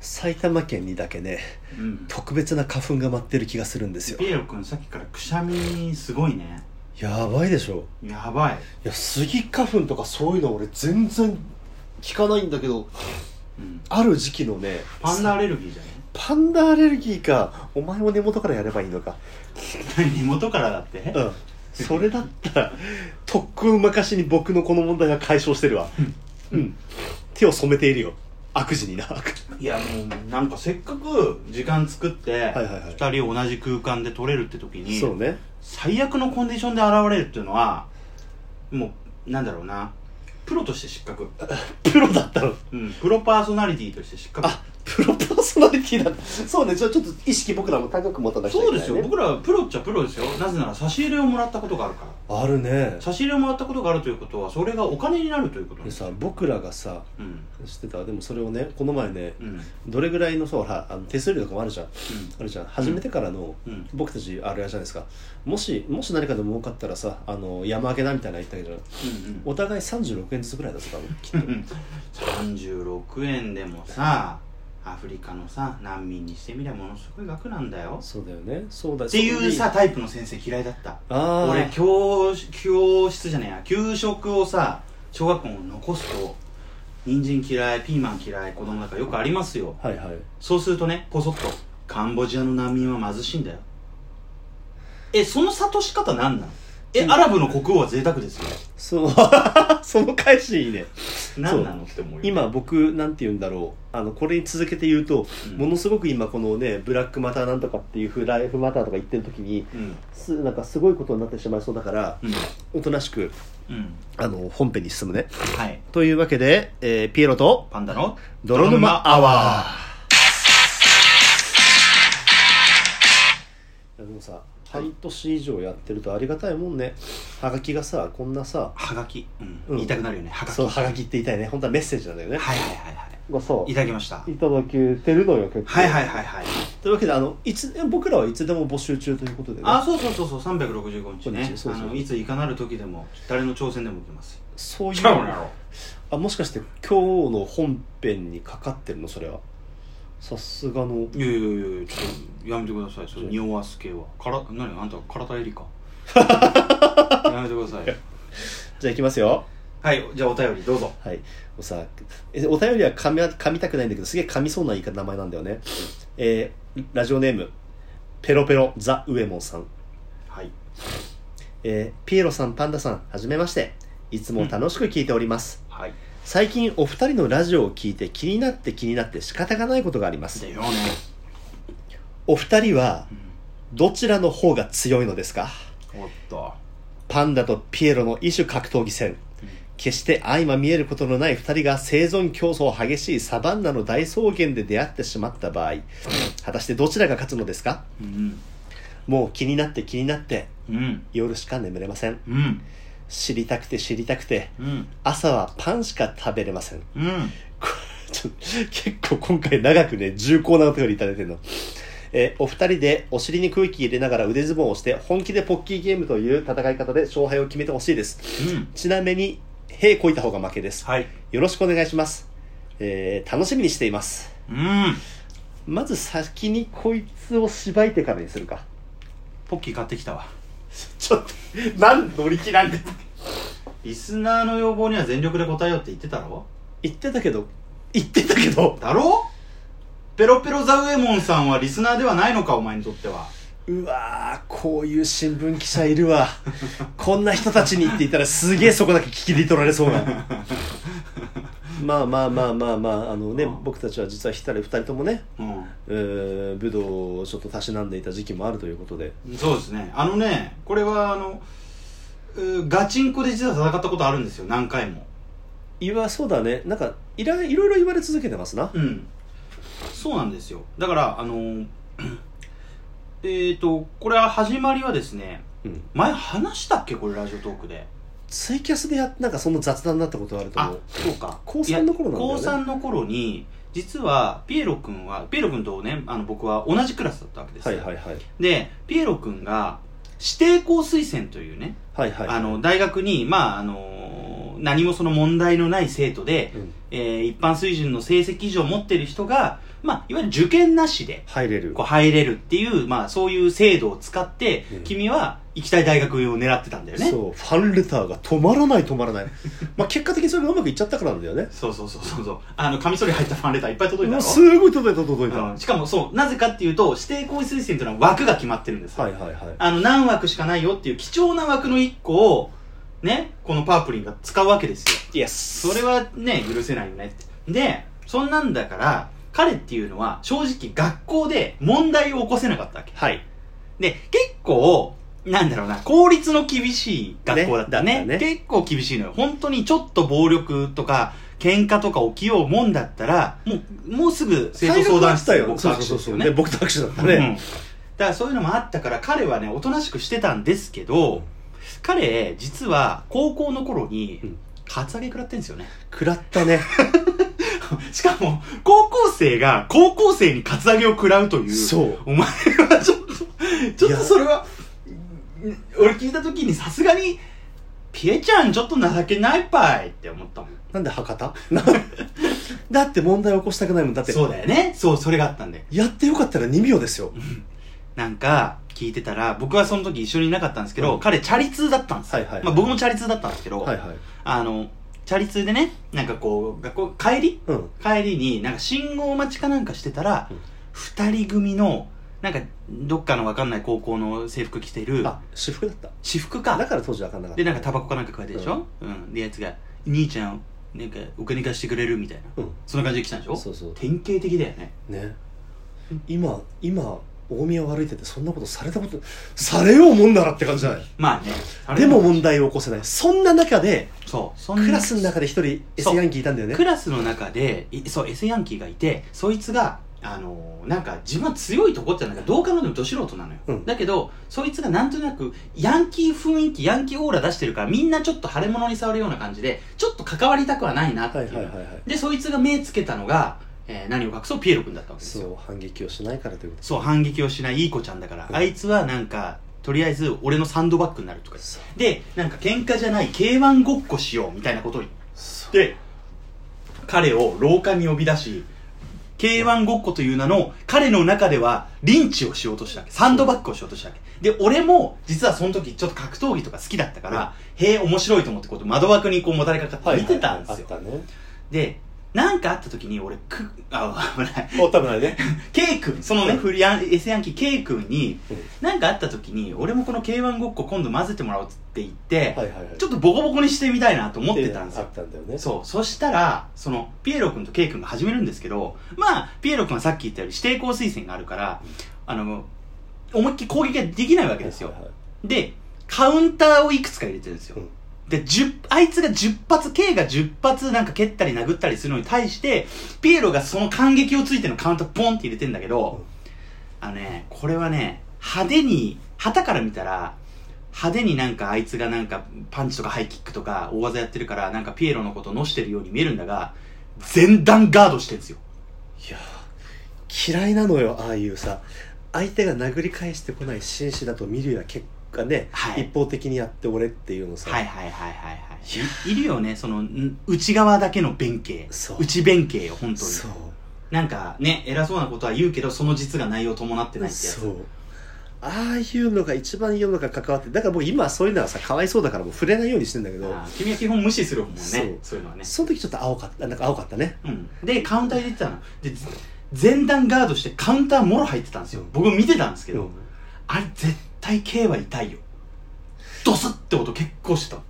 埼玉県にだけねうん特別な花粉が舞ってる気がするんですよピエロ君さっきからくしゃみすごいねやばいでしょやばい、いやスギ花粉とかそういうの俺全然聞かないんだけどうん、ある時期のねパンダアレルギーじゃねパンダアレルギーかお前も根元からやればいいのか 根元からだってうんそれだったらとっくん昔に僕のこの問題が解消してるわうん手を染めているよ悪事になはいやもうなんかせっかく時間作っていはいはい二人同じ空間で撮れるって時にそうね最悪のコンディションで現れるっていうのはもうなんだろうなプロとして失格、プロだったのうん、プロパーソナリティとして失格あプロパーソナリティだそうねじゃあちょっと意識僕らも高く持たなくちゃいけないうそねですよ僕らはプロっちゃプロですよなぜなら差し入れをもらったことがあるからあるね差し入れをもらったことがあるということはそれがお金になるということなでんですさ僕らがさうん知ってたでもそれをねこの前ねうんどれぐらいのさほらあの手数料とかもあるじゃんあるじゃん初めてからの、うんうん僕たちあれじゃないですかもしもし何かで儲かったらさあの山分けだみたいなの言ったけどうんお互い36円ずつぐらいだぞ多 分きっとうん36円でもさアフリカのさ難民にしてみりゃものすごい額なんだよそうだよねそうだっていうさタイプの先生嫌いだったあー俺教教室じゃねえや給食をさ小学校に残すと人参嫌いピーマン嫌い子供なんかよくありますよはいはいそうするとねこそっとカンボジアの難民は貧しいんだよえその諭し方何なのえアラブの国王は贅沢ですよそう その返しいいね何なのって思うよ今僕なんて言うんだろうあのこれに続けて言うと、うんものすごく今このねブラックマターなんとかっていうフライフマターとか言ってる時にうんすなんかすごいことになってしまいそうだからうんおとなしくうんあの本編に進むねはいというわけで、えーピエロとパンダの泥沼アワーでもさ半年以上やってるとありがたいもんねはがきがさこんなさはがき、うんうん言いたくなるよねはがきそうはがきって言いたいね本当はメッセージなんだよねはいはいはいはがさいいただきましたはいただけてるのよ結構いはいはいはいというわけであのいつ僕らはいつでも募集中ということでねあそうそうそうそう365日ねそうそうあのいついかなる時でも誰の挑戦でも受けますそういうろあもしかして今日の本編にかかってるのそれはさすがのいやいやいやいやちょっとやめてくださいそれ匂わす系はから何あんた体入り かやめてくださいじゃあいきますよはいじゃあお便りどうぞはい、もうさえお便りは噛み噛みたくないんだけどすげえ噛みそうな言い方名前なんだよね、えーラジオネームペロペロザウエモンさん、はいえーピエロさんパンダさんはじめましていつも楽しく聞いております、はい最近お二人のラジオを聞いて気になって気になって仕方がないことがありますだよね、お二人はどちらの方が強いのですかおっとパンダとピエロの異種格闘技戦決して相ま見えることのない2人が生存競争激しいサバンナの大草原で出会ってしまった場合果たしてどちらが勝つのですかうんもう気になって気になってうん夜しか眠れませんうん知りたくて知りたくてうん朝はパンしか食べれませんうんこれちょ結構今回長くね重厚なお便りいただいてるの、えーお二人でお尻に空気入れながら腕相撲をして本気でポッキーゲームという戦い方で勝敗を決めてほしいですうんちなみに屁こいた方が負けですはいよろしくお願いします、えー楽しみにしていますうんまず先にこいつをしばいてからにするかポッキー買ってきたわちょっとなん乗り切らんでリスナーの要望には全力で答えようって言ってたろ言ってたけど言ってたけどだろペロペロザウエモンさんはリスナーではないのかお前にとってはうわーこういう新聞記者いるわこんな人たちに言っていたらすげえそこだけ聞きで取られそうなまあまあまあまあまああのねうん僕たちは実は一人二人ともね、うんえー、武道をちょっとたしなんでいた時期もあるということでそうですねあのねこれはあのうーガチンコで実は戦ったことあるんですよ何回もいわそうだねなんかいらいろいろ言われ続けてますなうんそうなんですよだからあのえっとこれは始まりはですねうん前話したっけこれラジオトークでツイキャスでやなんかその雑談になったことあると思あうそうか高三の頃なんだよねいや高三の頃に実はピエロ君はピエロ君とねあの僕は同じクラスだったわけですはいよはいはいでピエロ君が指定校推薦というねはいはいあの大学に、まああの何もその問題のない生徒で、うんえー一般水準の成績以上持ってる人が、まあ、いわゆる受験なしで入れるこう入れるっていう、まあ、そういう制度を使って、うん君は行きたい大学を狙ってたんだよねそうファンレターが止まらない止まら ないまあ結果的にそれがうまくいっちゃったからなんだよねそうそうそうそうそうあのカミソリ入ったファンレターいっぱい届いたもうのすごい届いた届いた、うんしかもそうなぜかっていうと指定校推薦というのは枠が決まってるんですよはいはいはいあの何枠しかないよっていう貴重な枠の1個をねこのパープリンが使うわけですよイエスそれはね許せないよねってでそんなんだから彼っていうのは正直学校で問題を起こせなかったわけはいで結構なんだろうな公立の厳しい学校だったねねだった結構厳しいのよ本当にちょっと暴力とか喧嘩とか起きようもんだったらもうもうすぐ生徒相談室大学だったよそ僕とう握手そうですそようねね僕と握手だったうんね、だからそういうのもあったから彼はねおとなしくしてたんですけど彼実は高校の頃にうんカツアゲ食らってんですよね 食らったねしかも高校生が高校生にカツアゲを食らうというそうお前はちょっとちょっいとやそれはん俺聞いた時にさすがにピエちゃんちょっと情けないぱいって思ったもんなんで博多 なだって問題起こしたくないもんだってそうだよねそうそれがあったんでやってよかったら2秒ですよなんか聞いてたら僕はその時一緒にいなかったんですけど、うん彼チャリ通だったんですよ、はいはいはいまあ、僕もチャリ通だったんですけど、はいはいあのチャリ通でねなんかこう学校帰りうん帰りになんか信号待ちかなんかしてたら、うん二人組のなんかどっかのわかんない高校の制服着てるあ私服だった私服かだから当時分かんなかったでなんかタバコかなんか加えてるでしょ、うんでやつが「兄ちゃんなんかお金貸してくれる」みたいなうんそんな感じで来たんでしょそうそう典型的だよねね今今大宮を歩いててそんなことされたことされようもんならって感じじゃないまあねあれでも問題を起こせないそんな中でそうそんなクラスの中で一人エそうスヤンキーいたんだよねクラスの中でいそうエセヤンキーがいてそいつがあのーなんか自分は強いとこってなんかどう考えてもど素人なのよ、うんだけどそいつがなんとなくヤンキー雰囲気ヤンキーオーラ出してるからみんなちょっと腫れ物に触るような感じでちょっと関わりたくはないなって、はいいうはいはいはいでそいつが目つけたのが、えー何を隠そうピエロ君だったわけですよそう反撃をしないからというこそう反撃をしないいい子ちゃんだから、うんあいつはなんかとりあえず俺のサンドバッグになるとかとそうでなんか喧嘩じゃない k 1ごっこしようみたいなことを言ってそうで彼を廊下に呼び出し K1 ごっこという名の彼の中ではリンチをしようとしたわけサンドバッグをしようとしたわけで俺も実はその時ちょっと格闘技とか好きだったから、へえ面白いと思ってこう窓枠にこうもたれかかって見てたんですよ、あったねでなんかあった時に俺くあ危ないお多分ないね K 君そのうね、んフリアン S ヤンキー K 君にうんなんかあった時に俺もこの K1 ごっこ今度混ぜてもらおうって言って、はいはいはいちょっとボコボコにしてみたいなと思ってたんですよあったんだよねそう。そしたら、その、ピエロ君とケイ君が始めるんですけど、まあ、ピエロ君はさっき言ったように指定校推薦があるから、あの、思いっきり攻撃ができないわけですよはい。はいはいで、カウンターをいくつか入れてるんですようん。で、10あいつが10発、K が10発なんか蹴ったり殴ったりするのに対して、ピエロがその感激をついてのカウンターポンって入れてんだけど、あのね、これはね、派手に、旗から見たら、派手になんかあいつがなんかパンチとかハイキックとか大技やってるからなんかピエロのことのしてるように見えるんだが、全段ガードしてるんですよ。いやー嫌いなのよああいうさ相手が殴り返してこない紳士だと見るや結果ね、はい一方的にやって俺っていうのさ、はいはいはいはいはい。いいるよね、その、ん内側だけの弁慶。そう内弁慶よ、本当に。そうなんかね、偉そうなことは言うけど、その実が内容を伴ってないってやつ。そうああいうのが一番世の中関わってだからもう今はそういうのはさかわいそうだからもう触れないようにしてんだけどあー君は基本無視するもんね、そそうういうのはね。その時ちょっと青かったなんか青かったねうん。で、カウンター入れてたの。で、ぜ前段ガードしてカウンターもろ入ってたんですよ。僕見てたんですけど、あれ絶対 K は痛いよ。ドスって音結構してた。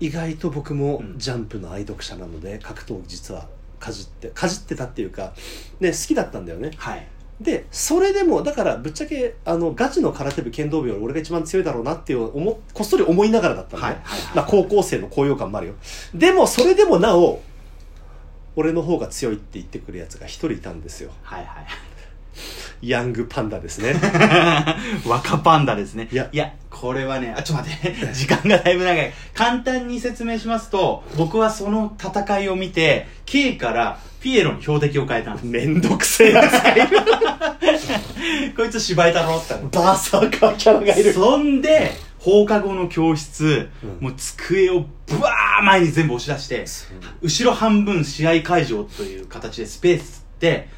意外と僕もうんジャンプの愛読者なので格闘技実はかじってかじってたっていうか、ね、好きだったんだよねはい。でそれでもだからぶっちゃけあのガチの空手部剣道部より俺が一番強いだろうなっていう思っこっそり思いながらだったのね、はいはいはいまあ、高校生の高揚感もあるよでもそれでもなお俺の方が強いって言ってくるやつが一人いたんですよはいはい。ヤングパンダです ね若パンダですね。いいやや、これはね、あ、ちょっと待って、 時間がだいぶ長い。簡単に説明しますと、僕はその戦いを見て、K からピエロに標的を変えたんです。めんどくせえやつがいる こいつ芝居太郎って言ったのバーサーカーキャラがいるそんで、放課後の教室、うんもう机をブワー前に全部押し出して、後ろ半分試合会場という形でスペースで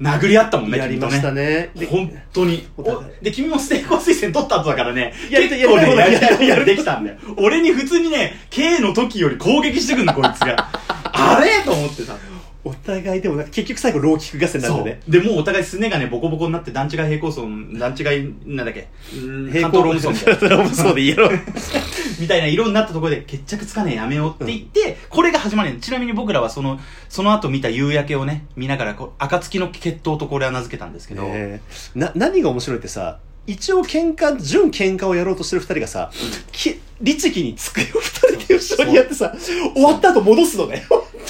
殴り合ったもんね、やり君とましたね。ねで本当に。お互いおで、君も成功推薦取った後だからね、やり結たい構ね、ややりりたたいいことができたんだよ。俺に普通にね、K の時より攻撃してくんだ、こいつ が。あれと思ってさ。お互いでもなんか結局最後ローキック合戦なんそだうねでもうお互いすねがねボコボコになって段違い平行走段違いなんだっけ関東ロムソンみたいなロムソンで言え ろ みたいな色になったところで決着つかねえやめようって言って、これが始まりなのちなみに僕らはそのその後見た夕焼けをね見ながらこう暁の決闘とこれは名付けたんですけど、ねえな何が面白いってさ一応喧嘩純喧嘩をやろうとしてる二人がさ、き律儀に机を二人で後ろにやってさ終わった後戻すのね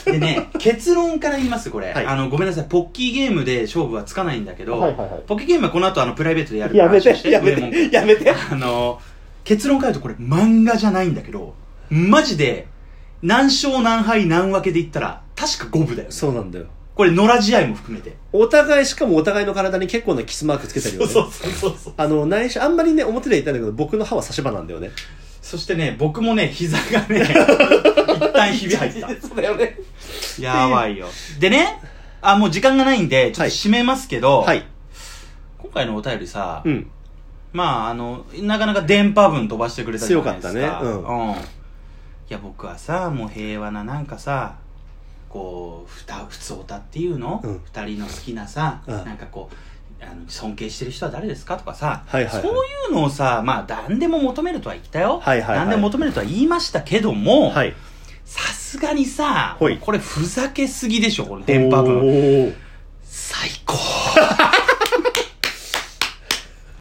でね結論から言いますこれ、はいあのごめんなさいポッキーゲームで勝負はつかないんだけど、はいはいはいポッキーゲームはこの後あのプライベートでやるやめ話をし てやめ上門君てやめてあの、結論から言うとこれ漫画じゃないんだけど、マジで、何勝何敗何分けで言ったら、確か五分だよね。そうなんだよこれ野良試合も含めて。お互いしかもお互いの体に結構なキスマークつけてるよねそうそうそうそう。あの内緒あんまりね表では言ったんだけど僕の歯は差し歯なんだ よねそしてね、僕もね、膝が ね、一旦ひび入った。そうだよねやばいよ。でね、あ、もう時間がないんで、ちょっと締めますけど、はい今回のお便りさ、うんまあ、あの、なかなか電波分飛ばしてくれたじゃないですか。強かったねううん。いや、僕はさ、もう平和ななんかさ、こう、ふた、ふつおたっていうの、うん二人の好きなさ、うんなんかこう、あの尊敬してる人は誰ですかとかさ、はいはいはいそういうのをさ、まあ、何でも求めるとは言ったよ。はいはいはい何でも求めるとは言いましたけども、はいさすがにさ、ほいこれふざけすぎでしょ、この電波分。おー